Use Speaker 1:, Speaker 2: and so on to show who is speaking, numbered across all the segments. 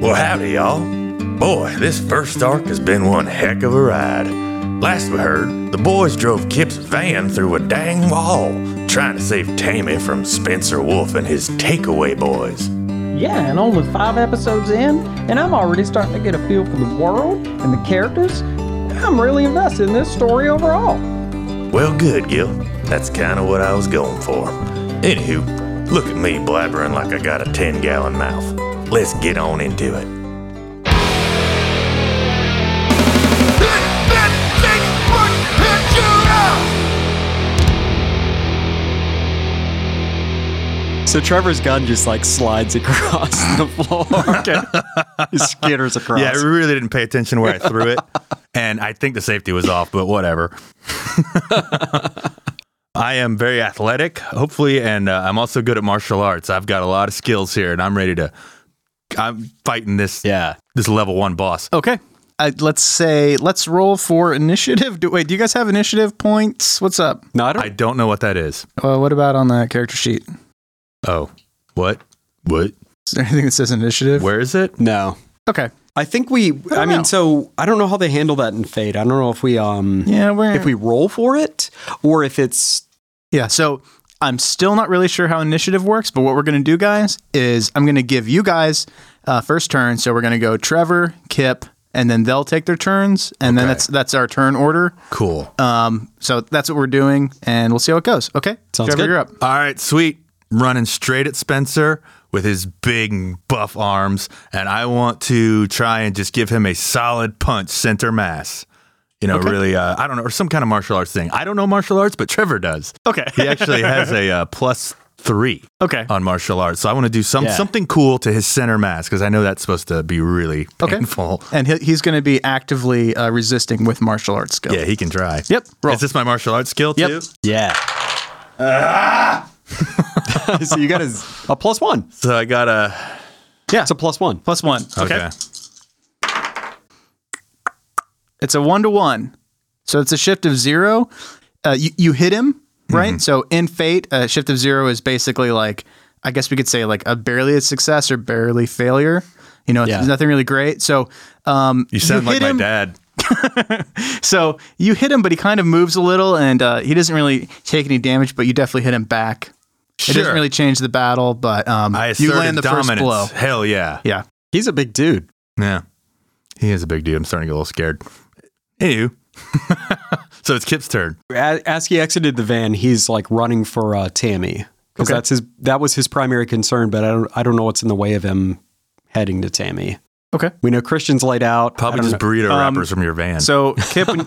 Speaker 1: Well, howdy, y'all. Boy, this first arc has been one heck of a ride. Last we heard, the boys drove Kip's van through a dang wall, trying to save Tammy from Spencer Wolf and his takeaway boys.
Speaker 2: Yeah, and only five episodes in, and I'm already starting to get a feel for the world and the characters. I'm really invested in this story overall.
Speaker 1: Well, good, Gil. That's kind of what I was going for. Anywho, look at me blabbering like I got a 10 gallon mouth. Let's get on into it.
Speaker 3: So Trevor's gun just like slides across the floor. and just skitters across.
Speaker 4: Yeah, I really didn't pay attention where I threw it. And I think the safety was off, but whatever. I am very athletic, hopefully, and uh, I'm also good at martial arts. I've got a lot of skills here, and I'm ready to. I'm fighting this
Speaker 3: Yeah.
Speaker 4: this level one boss.
Speaker 3: Okay.
Speaker 5: Uh, let's say let's roll for initiative. Do, wait, do you guys have initiative points? What's up?
Speaker 3: No, I don't.
Speaker 4: I don't know what that is.
Speaker 5: Uh, what about on the character sheet?
Speaker 4: Oh, what? What?
Speaker 5: Is there anything that says initiative?
Speaker 4: Where is it?
Speaker 3: no.
Speaker 5: Okay.
Speaker 3: I think we. I, mean, so I don't know how they handle that in Fade. I don't know if we um
Speaker 5: Yeah, where?
Speaker 3: if we roll for it or if it's
Speaker 5: Yeah, so I'm still not really sure how initiative works, but what we're going to do, guys, is I'm going to give you guys uh, first turn. So we're going to go Trevor, Kip, and then they'll take their turns, and then that's that's our turn order.
Speaker 4: Cool.
Speaker 5: Um, so that's what we're doing, and we'll see how it goes. Okay,
Speaker 3: Sounds
Speaker 5: Trevor,
Speaker 3: good.
Speaker 5: you're up.
Speaker 4: All right, sweet. Running straight at Spencer with his big buff arms, and I want to try and just give him a solid punch center mass. You know, really, uh, I don't know, or some kind of martial arts thing. I don't know martial arts, but Trevor does.
Speaker 5: Okay.
Speaker 4: He actually has a uh, plus three
Speaker 5: Okay.
Speaker 4: on martial arts, so I want to do some
Speaker 3: Yeah.
Speaker 4: something cool to his center mass because I know that's supposed to be really
Speaker 5: Okay.
Speaker 4: painful.
Speaker 5: And he, he's going to be actively uh, resisting with martial arts skill.
Speaker 4: Yeah, he can try.
Speaker 5: Yep, roll.
Speaker 4: Is this my martial arts skill
Speaker 5: Yep.
Speaker 4: too?
Speaker 3: yeah. so you got a, a plus one.
Speaker 4: So I got a
Speaker 3: It's a plus one.
Speaker 5: Plus one.
Speaker 4: okay.
Speaker 5: It's a one to one. So it's a shift of zero. Uh, you, you hit him, right?
Speaker 4: Mm-hmm.
Speaker 5: So in Fate, uh, shift of zero is basically like, I guess we could say like a barely a success or barely failure. You know,
Speaker 3: Yeah.
Speaker 5: it's nothing really great. So, um,
Speaker 4: You sound like
Speaker 5: hit
Speaker 4: my
Speaker 5: him-
Speaker 4: dad.
Speaker 5: So you hit him, but he kind of moves a little, and uh, he doesn't really take any damage. But you definitely hit him back. It
Speaker 4: Sure.
Speaker 5: doesn't really change the battle, but um,
Speaker 4: I
Speaker 5: you
Speaker 4: asserted
Speaker 5: land the
Speaker 4: dominance.
Speaker 5: first blow.
Speaker 4: Hell yeah.
Speaker 5: Yeah.
Speaker 3: He's a big dude.
Speaker 4: Yeah. He is a big dude. I'm starting to get a little scared. Anywho. so it's Kip's turn.
Speaker 3: as, as he exited the van, he's like running for uh, Tammy because that's his that was his primary concern. But I don't I don't know what's in the way of him heading to Tammy.
Speaker 5: Okay.
Speaker 3: we know Christian's laid out. I
Speaker 4: Probably
Speaker 3: don't
Speaker 4: just
Speaker 3: know. Uh,
Speaker 5: Um,
Speaker 4: burrito wrappers from your van.
Speaker 5: So Kip, when,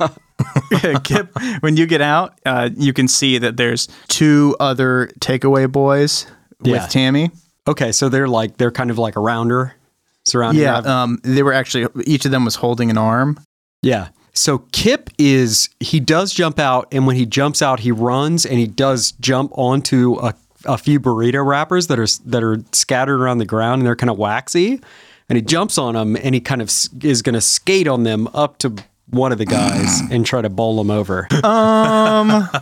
Speaker 5: Kip, when you get out, uh, you can see that there's two other takeaway boys
Speaker 3: Yeah.
Speaker 5: with Tammy.
Speaker 3: okay. So they're like they're kind of like around her, surrounding.
Speaker 5: Yeah,
Speaker 3: her.
Speaker 5: um, they were actually each of them was holding an arm.
Speaker 3: yeah. So Kip is he does jump out, and when he jumps out, he runs and he does jump onto a a few burrito wrappers that are s- that are scattered around the ground and they're kind of waxy, and he jumps on them and he kind of s- is going to skate on them up to one of the guys and try to bowl them over.
Speaker 5: I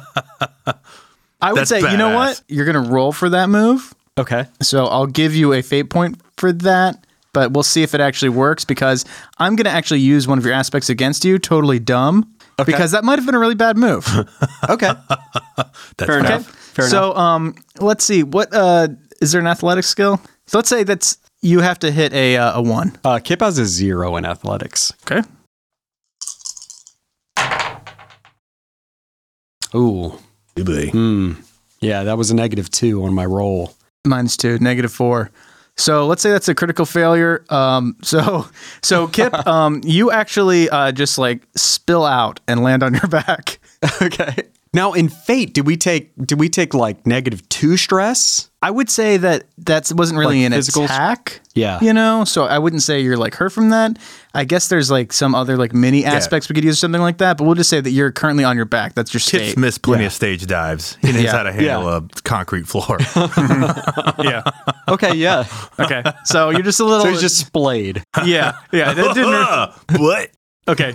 Speaker 5: would
Speaker 4: That's
Speaker 5: say, you know
Speaker 4: badass.
Speaker 5: what? You're gonna roll for that move.
Speaker 3: Okay.
Speaker 5: So I'll give you a fate point for that, but we'll see if it actually works because I'm gonna actually use one of your aspects against you. Totally dumb. Because that might have been a really bad move.
Speaker 3: Okay.
Speaker 4: That's fair
Speaker 5: Okay. so, um, let's see. What uh, is there an athletic skill? So let's say that's you have to hit a uh, a one.
Speaker 3: Uh, Kip has a zero in athletics.
Speaker 5: Okay.
Speaker 3: Ooh. Hmm. Yeah, that was a negative two on my roll.
Speaker 5: Minus two, negative four. So let's say that's a critical failure. Um, so so Kip, um, you actually uh, just like spill out and land on your back.
Speaker 3: okay. Now in Fate, did we take did we take like negative two stress?
Speaker 5: I would say that that wasn't really
Speaker 3: Like
Speaker 5: an
Speaker 3: physical-
Speaker 5: attack.
Speaker 3: Yeah.
Speaker 5: You know, so I wouldn't say you're like hurt from that. I guess there's like some other like mini aspects we could use something like that, but we'll just say that you're currently on your back. That's your state.
Speaker 4: Kip's missed plenty of stage dives. He knows
Speaker 5: Yeah.
Speaker 4: how to handle a concrete floor.
Speaker 5: yeah.
Speaker 3: Okay, yeah.
Speaker 5: Okay. So you're just a little
Speaker 3: so he's just splayed.
Speaker 5: Yeah, yeah. That didn't re-
Speaker 4: what?
Speaker 5: okay.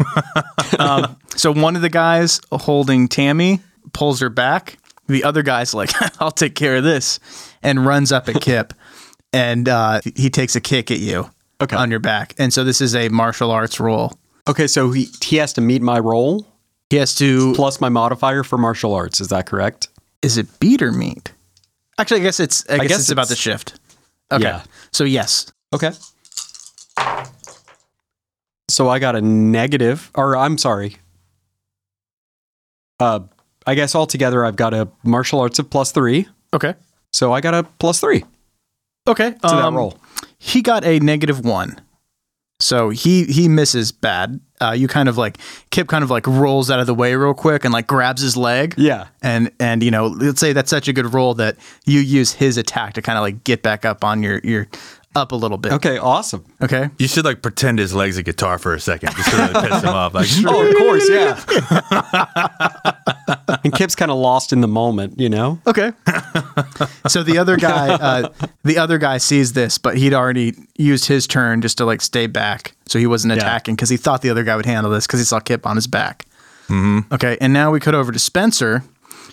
Speaker 5: Um, so one of the guys holding Tammy pulls her back. The other guy's like, "I'll take care of this," and runs up at Kip, and uh, he takes a kick at you.
Speaker 3: Okay.
Speaker 5: on your back. And so this is a martial arts roll.
Speaker 3: Okay, so he he has to meet my role
Speaker 5: He has to
Speaker 3: plus my modifier for martial arts. Is that correct?
Speaker 5: is it beat or meet? Actually, I guess it's I, guess,
Speaker 3: guess
Speaker 5: it's, about
Speaker 3: it's-
Speaker 5: the shift. Okay.
Speaker 3: Yeah.
Speaker 5: So yes.
Speaker 3: Okay. So I got a negative, or I'm sorry. Uh, I guess altogether I've got a martial arts of plus three.
Speaker 5: Okay.
Speaker 3: So I got a plus three to
Speaker 5: Okay. To
Speaker 3: that roll.
Speaker 5: Um, He got a negative one. So he he misses bad. Uh, you kind of like Kip kind of like rolls out of the way real quick and like grabs his leg.
Speaker 3: Yeah.
Speaker 5: And and you know, let's say that's such a good roll that you use his attack to kind of like get back up on your your up a little bit.
Speaker 3: Okay. Awesome.
Speaker 5: Okay.
Speaker 4: You should like pretend his leg's a guitar for a second, just to really piss him off. Like,
Speaker 3: Oh, of course. Yeah. and Kip's kind of lost in the moment, you know?
Speaker 5: Okay. so the other guy, uh, the other guy sees this, but he'd already used his turn just to like stay back, so he wasn't attacking because he thought the other guy would handle this because he saw Kip on his back. Mm-hmm. Okay, and now we cut over to Spencer,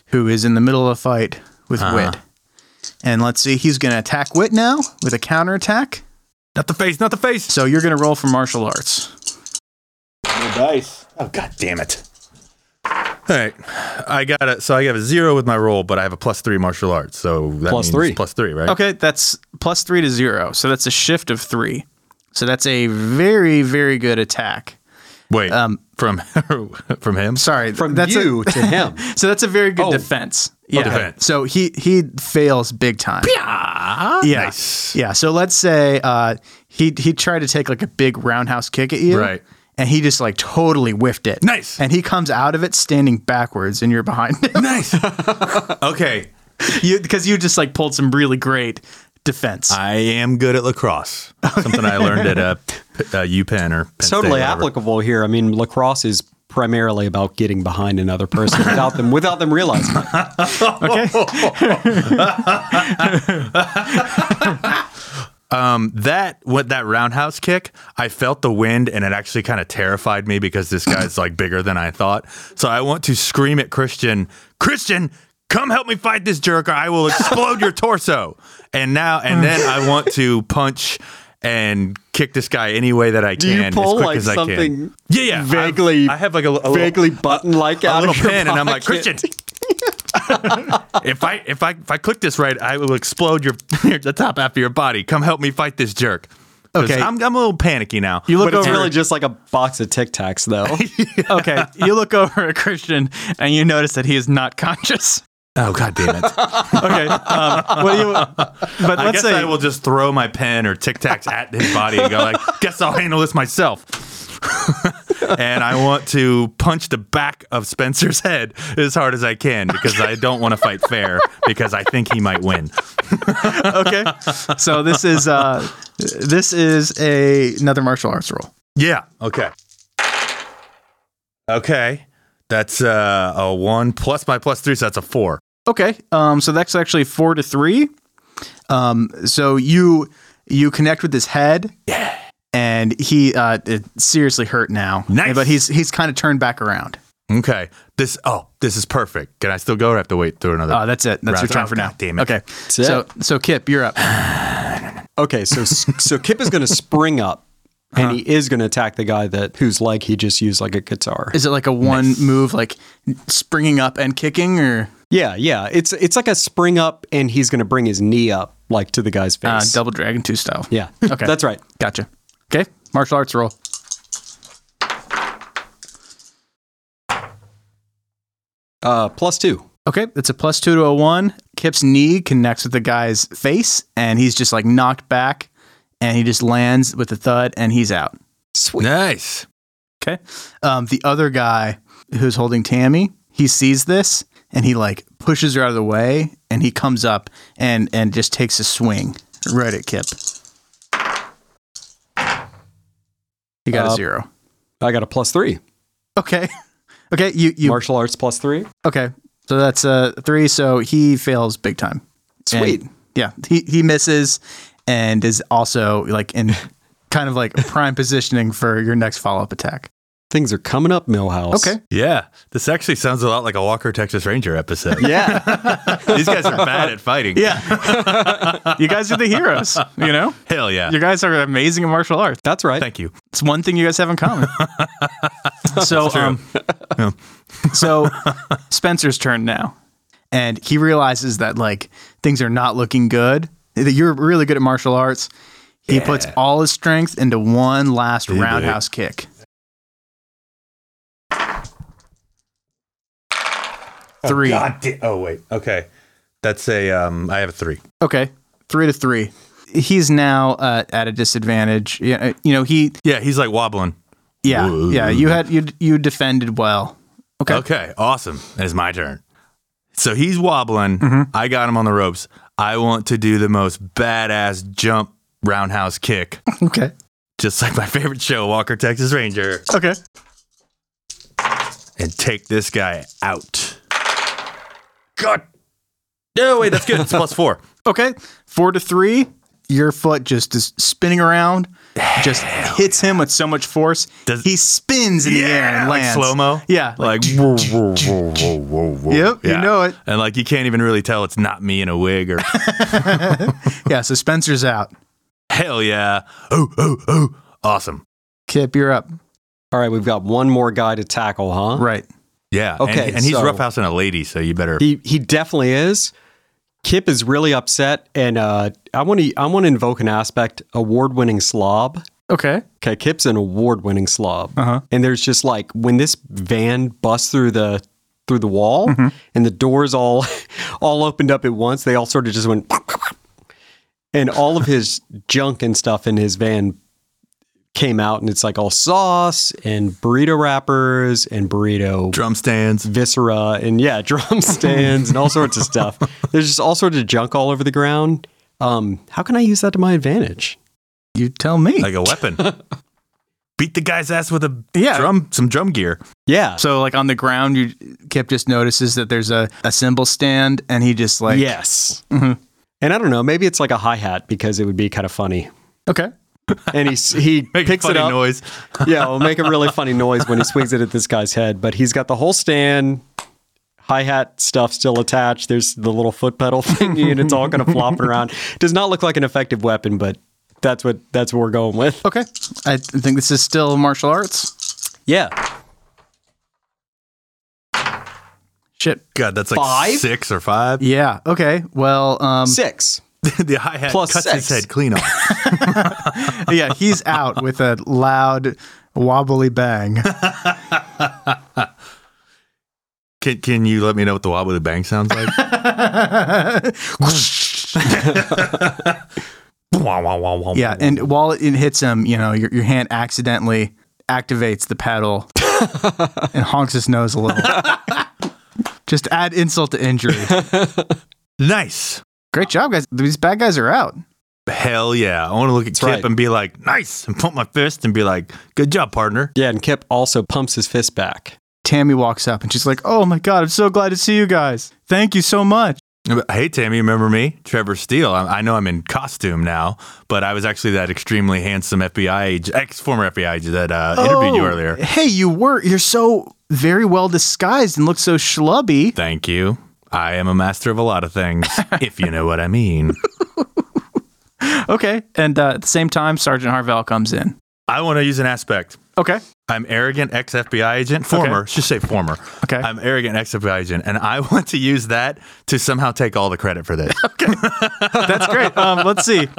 Speaker 5: who is in the middle of a fight with
Speaker 4: Uh-huh.
Speaker 5: Wit, and let's see, he's going to attack Wit now with a counterattack.
Speaker 4: not the face, not the face.
Speaker 5: So you're going to roll for martial arts.
Speaker 4: Oh god damn it. All right, I got it. So I have a zero with my roll, but I have a plus three martial arts. So that
Speaker 3: Plus
Speaker 4: means
Speaker 3: three.
Speaker 4: plus three, right?
Speaker 5: Okay, that's plus three to zero, so that's a shift of three. So that's a very very good attack.
Speaker 4: Wait,
Speaker 5: Um,
Speaker 4: from from him.
Speaker 5: Sorry,
Speaker 3: From
Speaker 5: that's a-
Speaker 3: you to him.
Speaker 5: So that's a very good
Speaker 3: Oh.
Speaker 5: defense. Yeah.
Speaker 4: defense.
Speaker 5: So he he fails big time. Yeah. Yeah.
Speaker 4: Nice.
Speaker 5: Yeah. So let's say uh, he he tried to take like a big roundhouse kick at you.
Speaker 4: Right.
Speaker 5: And he just like totally whiffed it.
Speaker 4: Nice.
Speaker 5: And he comes out of it standing backwards, and you're behind him
Speaker 4: Nice. okay,
Speaker 5: because you, just like pulled some really great defense.
Speaker 4: I am good at lacrosse. Something I learned at a, uh UPenn or Penn State,
Speaker 3: totally
Speaker 4: whatever.
Speaker 3: applicable here. I mean, lacrosse is primarily about getting behind another person without them without them realizing. it.
Speaker 4: that what that roundhouse kick i felt the wind and it actually kind of terrified me because this guy's like bigger than i thought so i want to scream at christian christian come help me fight this jerk or i will explode your torso and now and then i want to punch and kick this guy any way that i
Speaker 3: you
Speaker 4: can
Speaker 3: pull,
Speaker 4: as quick
Speaker 3: like,
Speaker 4: as i
Speaker 3: something
Speaker 4: can yeah yeah I've-
Speaker 3: vaguely-
Speaker 4: i have like a, a little,
Speaker 3: Vaguely button like
Speaker 4: a
Speaker 3: out
Speaker 4: little
Speaker 3: of your
Speaker 4: pin and i'm like
Speaker 3: pocket.
Speaker 4: christian if I if I if I click this right, I will explode your the top half of your body. Come help me fight this jerk. 'Cause
Speaker 5: Okay.
Speaker 4: I'm, I'm a little panicky now.
Speaker 5: you look
Speaker 3: But it's
Speaker 5: over.
Speaker 3: really just like a box of Tic Tacs, though.
Speaker 5: okay, you look over at Christian, and you notice that he is not conscious.
Speaker 4: oh god damn it!
Speaker 5: Okay, um, what do you? But let's
Speaker 4: I guess
Speaker 5: say
Speaker 4: I will just throw my pen or Tic Tacs at his body and go like, "Guess I'll handle this myself." and I want to punch the back of Spencer's head as hard as I can because I don't want to fight fair because I think he might win.
Speaker 5: okay. So this is uh this is a another martial arts roll.
Speaker 4: Yeah. Okay. Okay. That's uh, a one plus my plus three, so that's a four.
Speaker 5: Okay. Um so that's actually 4 to 3. Um so you you connect with his head. Yeah. And he uh is seriously hurt now.
Speaker 4: Nice.
Speaker 5: But he's he's kind of turned back around.
Speaker 4: Okay. This. Oh, this is perfect. Can I still go? Or have to wait through another.
Speaker 5: Oh, that's it. That's your
Speaker 4: Round-
Speaker 5: turn
Speaker 4: oh,
Speaker 5: for now.
Speaker 4: God damn it.
Speaker 5: Okay.
Speaker 3: it.
Speaker 5: So so Kip, you're up.
Speaker 3: Okay, so so Kip is going to spring up, and he is going to attack the guy that whose leg he just used like a guitar.
Speaker 5: Is it like a one move like springing up and kicking or
Speaker 3: Yeah, yeah. It's it's like a spring up, and he's going to bring his knee up like to the guy's
Speaker 5: uh,
Speaker 3: face.
Speaker 5: double dragon 2 style?
Speaker 3: yeah.
Speaker 5: Okay.
Speaker 3: That's right.
Speaker 5: Gotcha. Okay. Martial arts roll.
Speaker 3: Uh, plus two.
Speaker 5: Okay, it's a plus two to a one. Kip's knee connects with the guy's face, and he's just like knocked back, and he just lands with a thud, and he's out.
Speaker 3: Sweet.
Speaker 4: nice.
Speaker 5: Okay. Um, the other guy who's holding Tammy, he sees this, and he like pushes her out of the way, and he comes up and and just takes a swing right at Kip. He got a
Speaker 3: Uh,
Speaker 5: zero.
Speaker 3: I got a plus three.
Speaker 5: Okay. Okay. You you
Speaker 3: Martial arts plus three.
Speaker 5: Okay. So that's a three. So he fails big time.
Speaker 3: Sweet.
Speaker 5: And, yeah. He, he misses and is also like in kind of like prime positioning for your next follow up attack.
Speaker 3: Things are coming up, Millhouse.
Speaker 5: Okay.
Speaker 4: Yeah, this actually sounds a lot like a Walker Texas Ranger episode.
Speaker 3: Yeah.
Speaker 4: These guys are bad at fighting.
Speaker 5: Yeah. you guys are the heroes, you know?
Speaker 4: Hell yeah.
Speaker 5: You guys are amazing in martial arts.
Speaker 3: That's right.
Speaker 4: Thank you.
Speaker 5: It's one thing you guys have in common. so, um, so Spencer's turn now, and he realizes that like things are not looking good. That you're really good at martial arts. He puts all his strength into one last
Speaker 4: it.
Speaker 5: roundhouse kick. Three.
Speaker 4: oh wait. Okay. That's a um I have a 3.
Speaker 5: Okay, three to three. He's now uh, at a disadvantage. Yeah, uh, you know he.
Speaker 4: Yeah, he's like wobbling.
Speaker 5: Yeah,
Speaker 4: Whoa.
Speaker 5: yeah. You had you you defended well. Okay.
Speaker 4: Okay, awesome. And it's my turn. So he's wobbling.
Speaker 5: Mm-hmm.
Speaker 4: I got him on the ropes. I want to do the most badass jump roundhouse kick,
Speaker 5: Okay.
Speaker 4: just like my favorite show, Walker Texas Ranger,
Speaker 5: Okay.
Speaker 4: and take this guy out. God. No, wait, that's good. It's plus four.
Speaker 5: Okay, four to three. Your foot just is spinning around, just hits him with so much force.
Speaker 4: Does-
Speaker 5: he spins in the air and
Speaker 4: like
Speaker 5: lands
Speaker 4: slow mo.
Speaker 5: Yeah,
Speaker 4: like whoa, whoa, whoa, whoa, whoa, whoa.
Speaker 5: Yep, you know it.
Speaker 4: And like you can't even really tell it's not me in a wig or
Speaker 5: yeah. So Spencer's out.
Speaker 4: hell yeah. Oh, oh, oh, awesome.
Speaker 5: Kip, you're up.
Speaker 3: All right, we've got one more guy to tackle, huh?
Speaker 5: Right.
Speaker 4: Yeah. and-
Speaker 3: Okay,
Speaker 4: And, he's
Speaker 3: so-
Speaker 4: roughhousing a lady, so you better.
Speaker 3: He he definitely is. Kip is really upset, and uh, I want to I want to invoke an aspect award winning slob.
Speaker 5: Okay.
Speaker 3: Okay, Kip's an award winning slob,
Speaker 5: Uh-huh.
Speaker 3: and there's just like when this van busts through the through the wall, and the doors all all opened up at once. They all sort of just went, and all of his junk and stuff in his van came out, and it's like all sauce and burrito wrappers and burrito
Speaker 4: Drum stands.
Speaker 3: viscera and yeah, drum stands and all sorts of stuff. There's just all sorts of junk all over the ground. Um, how can I use that to my advantage?
Speaker 5: You tell me.
Speaker 4: like a weapon. Beat the guy's ass with a
Speaker 5: Yeah.
Speaker 4: drum, some drum gear.
Speaker 3: Yeah.
Speaker 5: so like on the ground, you Kip just notices that there's a, a cymbal stand, and he just like
Speaker 3: yes. mm-hmm. And I don't know, maybe it's like a hi hat because it would be kind of funny.
Speaker 5: Okay.
Speaker 3: And he s- he
Speaker 4: Make
Speaker 3: picks
Speaker 4: a
Speaker 3: it
Speaker 4: funny
Speaker 3: up.
Speaker 4: noise.
Speaker 3: Yeah, it'll make a really funny noise when he swings it at this guy's head. But he's got the whole stand, hi hat stuff still attached. There's the little foot pedal thingy, and it's all kind of flopping around. Does not look like an effective weapon, but that's what that's what we're going with.
Speaker 5: Okay. I th- think this is still martial arts.
Speaker 3: Yeah.
Speaker 5: Shit.
Speaker 4: God, that's like
Speaker 3: Five?
Speaker 4: six or five.
Speaker 5: Yeah. Okay. Well. Um.
Speaker 3: Six.
Speaker 4: the hi hat
Speaker 3: Plus
Speaker 4: cuts his
Speaker 3: six.
Speaker 4: head clean off.
Speaker 5: yeah, he's out with a loud wobbly bang.
Speaker 4: Can, can you let me know what the wobbly bang sounds like? Wah, wah, wah, wah,
Speaker 5: Yeah,
Speaker 4: wah.
Speaker 5: and while it hits him, you know, your, your hand accidentally activates the pedal and honks his nose a little. Just to add insult to injury.
Speaker 4: nice.
Speaker 5: Great job, guys. These bad guys are out.
Speaker 4: Hell yeah. I want to look at Kip
Speaker 3: right.
Speaker 4: and be like, nice. And pump my fist and be like, good job, partner.
Speaker 3: Yeah, and Kip also pumps his fist back.
Speaker 5: Tammy walks up and she's like, "Oh my god, I'm so glad to see you guys. Thank you so much."
Speaker 4: Hey, Tammy, remember me? Trevor Steele. I, I know I'm in costume now, but I was actually that extremely handsome FBI agent, ex former FBI agent that uh, interviewed you
Speaker 5: Oh,
Speaker 4: earlier.
Speaker 5: Hey, you were you're so very well disguised and look so schlubby.
Speaker 4: Thank you. I am a master of a lot of things, if you know what I mean.
Speaker 5: Okay, and uh, at the same time, Sergeant Harvell comes in.
Speaker 4: I want to use an aspect.
Speaker 5: Okay.
Speaker 4: I'm arrogant ex FBI agent, former, just say former.
Speaker 5: Okay.
Speaker 4: I'm arrogant ex FBI agent, and I want to use that to somehow take all the credit for this.
Speaker 5: That's great. Um, let's see.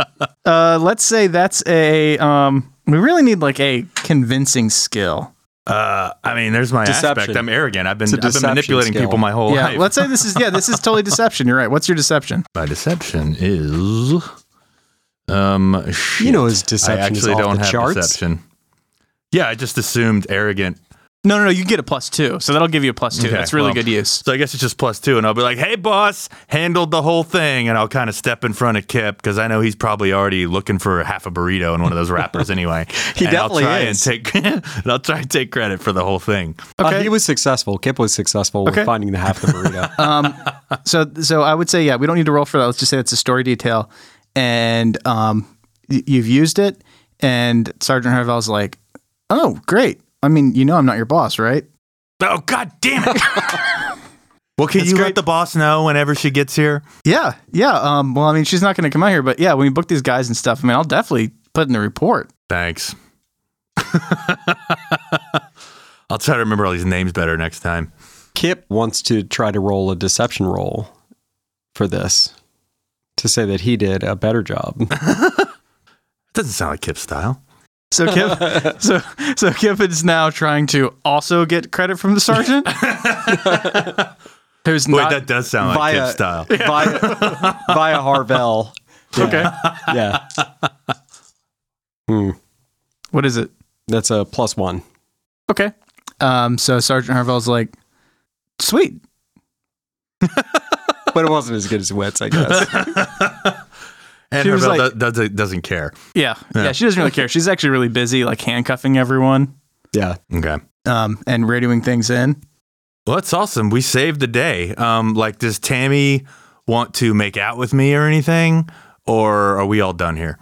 Speaker 5: Uh, let's say that's a. Um, we really need like a convincing skill.
Speaker 4: uh, I mean, there's my aspect.
Speaker 3: Deception.
Speaker 4: I'm arrogant. I've been,
Speaker 3: It's a
Speaker 4: I've been
Speaker 3: deception
Speaker 4: manipulating
Speaker 3: skill.
Speaker 4: people my whole
Speaker 5: Yeah.
Speaker 4: life.
Speaker 5: Let's say this is. Yeah. This is totally deception. You're right. What's your deception?
Speaker 4: My deception is. Um,
Speaker 3: You
Speaker 4: shit.
Speaker 3: know his deception
Speaker 4: I actually
Speaker 3: is off
Speaker 4: don't
Speaker 3: the
Speaker 4: have
Speaker 3: charts.
Speaker 4: deception. Yeah, I just assumed arrogant.
Speaker 5: No, no, no. You get a plus two, so that'll give you a plus two.
Speaker 4: Okay,
Speaker 5: that's really
Speaker 4: well,
Speaker 5: good use.
Speaker 4: So I guess it's just plus two, and I'll be like, "Hey, boss, handled the whole thing," and I'll kind of step in front of Kip because I know he's probably already looking for half a burrito in one of those wrappers anyway.
Speaker 3: He
Speaker 4: and
Speaker 3: definitely
Speaker 4: I'll try
Speaker 3: is.
Speaker 4: And, take, and I'll try and take credit for the whole thing.
Speaker 3: Uh,
Speaker 5: Okay.
Speaker 3: he was successful. Kip was successful
Speaker 5: Okay.
Speaker 3: with finding the half the burrito.
Speaker 5: Um, so, so I would say, yeah, we don't need to roll for that. Let's just say that's a story detail, and um, y- you've used it. And Sergeant Harvell's like, "Oh, great. I mean, you know, I'm not your boss, right?
Speaker 4: Oh, god damn it. well, can
Speaker 3: That's
Speaker 4: you
Speaker 3: great.
Speaker 4: let the boss know whenever she gets here?
Speaker 5: Yeah, yeah. Um, well, I mean, she's not going to come out here, but yeah, when we book these guys and stuff, I mean, I'll definitely put in the report.
Speaker 4: Thanks. I'll try to remember all these names better next time.
Speaker 3: Kip wants to try to roll a deception roll for this to say that he did a better job.
Speaker 4: Doesn't sound like Kip's style.
Speaker 5: So Kip, so so Kip is now trying to also get credit from the sergeant. Who's
Speaker 4: Wait,
Speaker 5: not
Speaker 4: that does sound like
Speaker 3: via-
Speaker 4: Kip's style.
Speaker 3: via, via Harvell.
Speaker 5: okay?
Speaker 3: Yeah. Hmm.
Speaker 5: What is it?
Speaker 3: That's a plus one.
Speaker 5: Okay. Um, so Sergeant Harvell's like, sweet.
Speaker 3: But it wasn't as good as Wits, I guess.
Speaker 4: And
Speaker 5: She was
Speaker 4: Hervel
Speaker 5: like-
Speaker 4: do- does- doesn't care.
Speaker 5: Yeah, yeah. She doesn't really care. She's actually really busy, like handcuffing everyone
Speaker 3: yeah.
Speaker 4: Okay.
Speaker 5: um, and radioing things in.
Speaker 4: Well, that's awesome. We saved the day. Um, like, does Tammy want to make out with me or anything? Or are we all done here?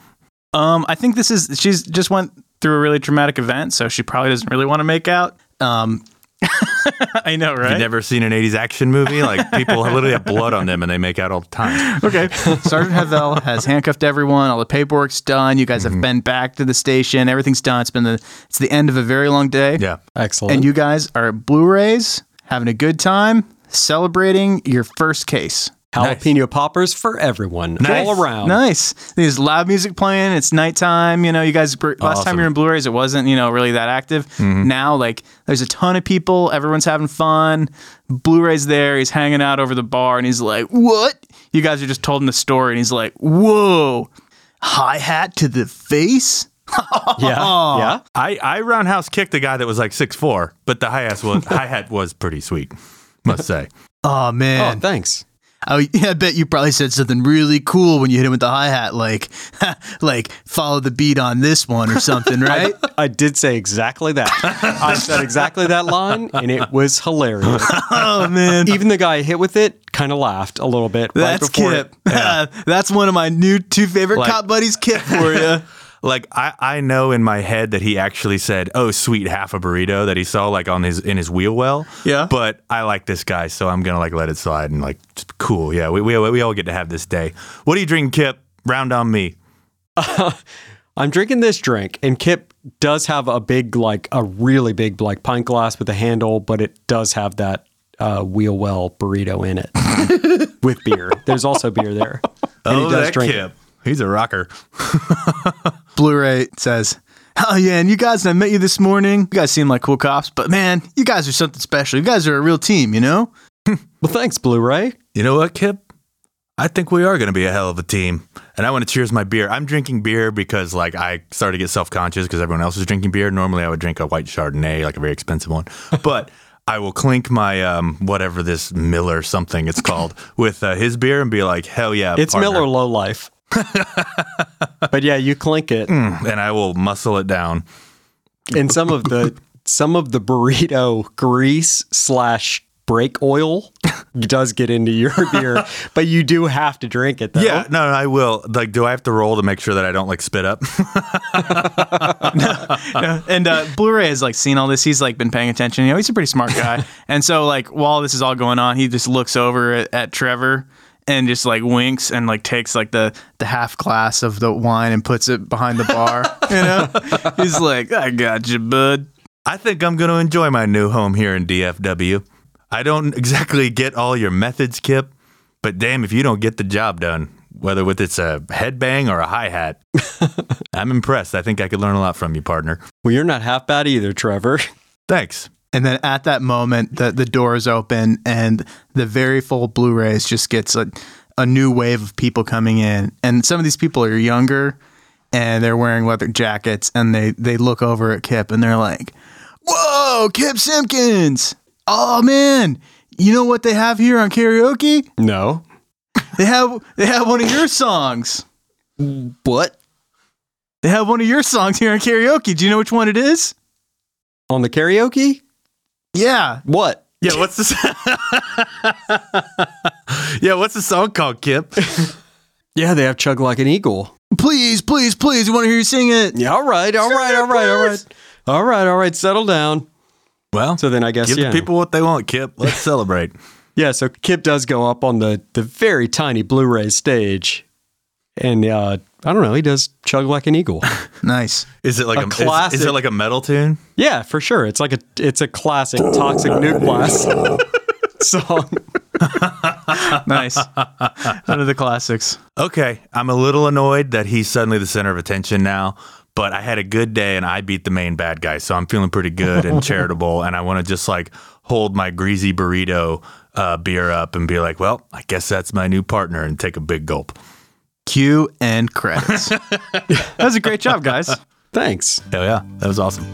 Speaker 5: Um, I think this is she's just went through a really traumatic event, so she probably doesn't really want to make out. Um, I know,
Speaker 4: You've
Speaker 5: right?
Speaker 4: never seen an 80s action movie? Like, people literally have blood on them and they make out all the time.
Speaker 5: okay. Sergeant Havel has handcuffed everyone. All the paperwork's done. You guys
Speaker 4: Mm-hmm.
Speaker 5: have been back to the station. Everything's done. It's been the it's the end of a very long day.
Speaker 4: Yeah.
Speaker 3: Excellent.
Speaker 5: And you guys are at Blu-rays, having a good time, celebrating your first case.
Speaker 3: jalapeno poppers for everyone
Speaker 4: Nice.
Speaker 3: all around.
Speaker 5: Nice. There's loud music playing. It's nighttime. You know, you guys, last time
Speaker 4: Awesome.
Speaker 5: you were in Blu rays, it wasn't, you know, really that active.
Speaker 3: Mm-hmm.
Speaker 5: Now, like, there's a ton of people. Everyone's having fun. Blu ray's there. He's hanging out over the bar and he's like, What? You guys are just told him the story and he's like, Whoa, hi hat to the face?
Speaker 3: Yeah. Yeah.
Speaker 4: I, I roundhouse kicked a guy that was like 6'4, but the hi hat was, hi-hat was pretty sweet, must say.
Speaker 5: Oh,
Speaker 3: Oh,
Speaker 5: man.
Speaker 3: thanks.
Speaker 5: Oh, yeah, I bet you probably said something really cool when you hit him with the hi hat, like, like, follow the beat on this one or something, right?
Speaker 3: I did say exactly that. I said exactly that line, and it was hilarious.
Speaker 5: oh, man.
Speaker 3: Even the guy hit with it kind of laughed a little bit
Speaker 5: That's
Speaker 3: right before it-
Speaker 5: Kip. That's one of my new two favorite cop buddies, Kip for you.
Speaker 4: Like I, I know in my head that he actually said, "Oh, sweet half a burrito" that he saw like on his in his wheel well.
Speaker 5: Yeah.
Speaker 4: But I like this guy, so I'm gonna like let it slide and like just cool. Yeah, we we, we all get to have this day. What are you drinking, Kip? Round on me.
Speaker 3: I'm drinking this drink, and Kip does have a big, like a really big, like pint glass with a handle, but it does have that uh, wheel well burrito in it with beer. There's also beer there, and he does drink. It.
Speaker 4: Oh, He's a rocker.
Speaker 5: Blu-ray says, "Oh yeah, and you guys, and I met you this morning. You guys seem like cool cops, but man, you guys are something special. You guys are a real team, you know."
Speaker 3: Well, thanks, Blu-ray.
Speaker 4: You know what, Kip? I think we are gonna be a hell of a team. And I want to cheers my beer. I'm drinking beer because like I started to get self conscious because everyone else is drinking beer. Normally I would drink a white Chardonnay, like a very expensive one, but. I will clink my um, whatever this Miller something it's called with uh, his beer and be like, hell yeah,
Speaker 3: It's
Speaker 4: partner.
Speaker 3: Miller Low Life. but yeah, you clink it,
Speaker 4: and I will muscle it down.
Speaker 3: and some of the some of the burrito grease slash brake oil does get into your beer, but you do have to drink it though.
Speaker 4: Yeah, Oh, no, no, I will. Like, do I have to roll to make sure that I don't like spit up?
Speaker 5: and uh, Blu-ray has like seen all this. He's like been paying attention. You know, he's a pretty smart guy. and so like while this is all going on, he just looks over at, at Trevor and just like winks and like takes like the the half glass of the wine and puts it behind the bar. you know, he's like, "I got you, bud."
Speaker 4: I think I'm going to enjoy my new home here in DFW. I don't exactly get all your methods, Kip, but damn if you don't get the job done, whether with it's a headbang or a hi hat. I'm impressed. I think I could learn a lot from you, partner.
Speaker 3: Well, you're not half bad either, Trevor.
Speaker 4: Thanks.
Speaker 5: And then at that moment, the, the door is open and the very full Blu-rays just gets a, a new wave of people coming in. And some of these people are younger and they're wearing leather jackets and they, they look over at Kip and they're like, whoa, Kip Simpkins. Oh, man. You know what they have here on karaoke?
Speaker 3: No.
Speaker 5: They have they have one of your songs.
Speaker 3: What?
Speaker 5: They have one of your songs here on karaoke. Do you know which one it is?
Speaker 3: On the karaoke?
Speaker 5: Yeah.
Speaker 3: What?
Speaker 4: Yeah, what's this? yeah, what's the song called, Kip?
Speaker 3: Yeah, they have Chug Like an Eagle.
Speaker 5: Please, please, please. We want to hear you sing it.
Speaker 3: Yeah, all right, all right, all right, all right. All right, all right, settle down.
Speaker 4: Well,
Speaker 3: So then I guess
Speaker 4: give
Speaker 3: yeah.
Speaker 4: the people what they want, Kip. Let's celebrate.
Speaker 3: Yeah, so Kip does go up on the the very tiny Blu-ray stage, and uh, I don't know, he does chug like an eagle.
Speaker 5: Nice.
Speaker 4: Is it like
Speaker 3: A
Speaker 4: a, is- Is,
Speaker 3: classic-
Speaker 4: it like a metal tune?
Speaker 3: yeah, for sure. It's like a it's a classic toxic nuke blast song.
Speaker 5: Nice. One of the classics.
Speaker 4: Okay, I'm a little annoyed that he's suddenly the center of attention now, but I had a good day and I beat the main bad guy, so I'm feeling pretty good and charitable, and I want to just like hold my greasy burrito uh, beer up and be like, well, I guess that's my new partner, and take a big gulp.
Speaker 5: Cue and credits. that was a great job, guys.
Speaker 3: Thanks.
Speaker 4: Hell yeah, that was awesome.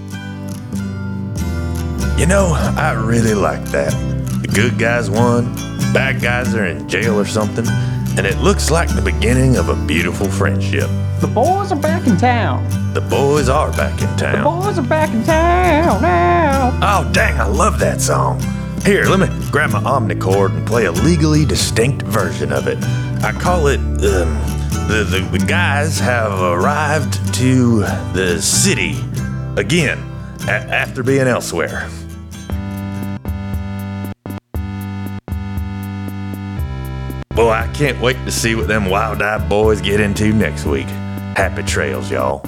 Speaker 1: You know, I really like that. The good guys won, bad guys are in jail or something, and it looks like the beginning of a beautiful friendship.
Speaker 2: The boys are back in town.
Speaker 1: The boys are back in
Speaker 2: The
Speaker 1: town.
Speaker 2: boys are back in town now.
Speaker 1: Oh, dang, I love that song. Here, let me grab my omnicord and play a legally distinct version of it. I call it, um, the, the, the guys have arrived to the city again a- after being elsewhere. Boy, I can't wait to see what them wild eyed boys get into next week. Happy trails, y'all.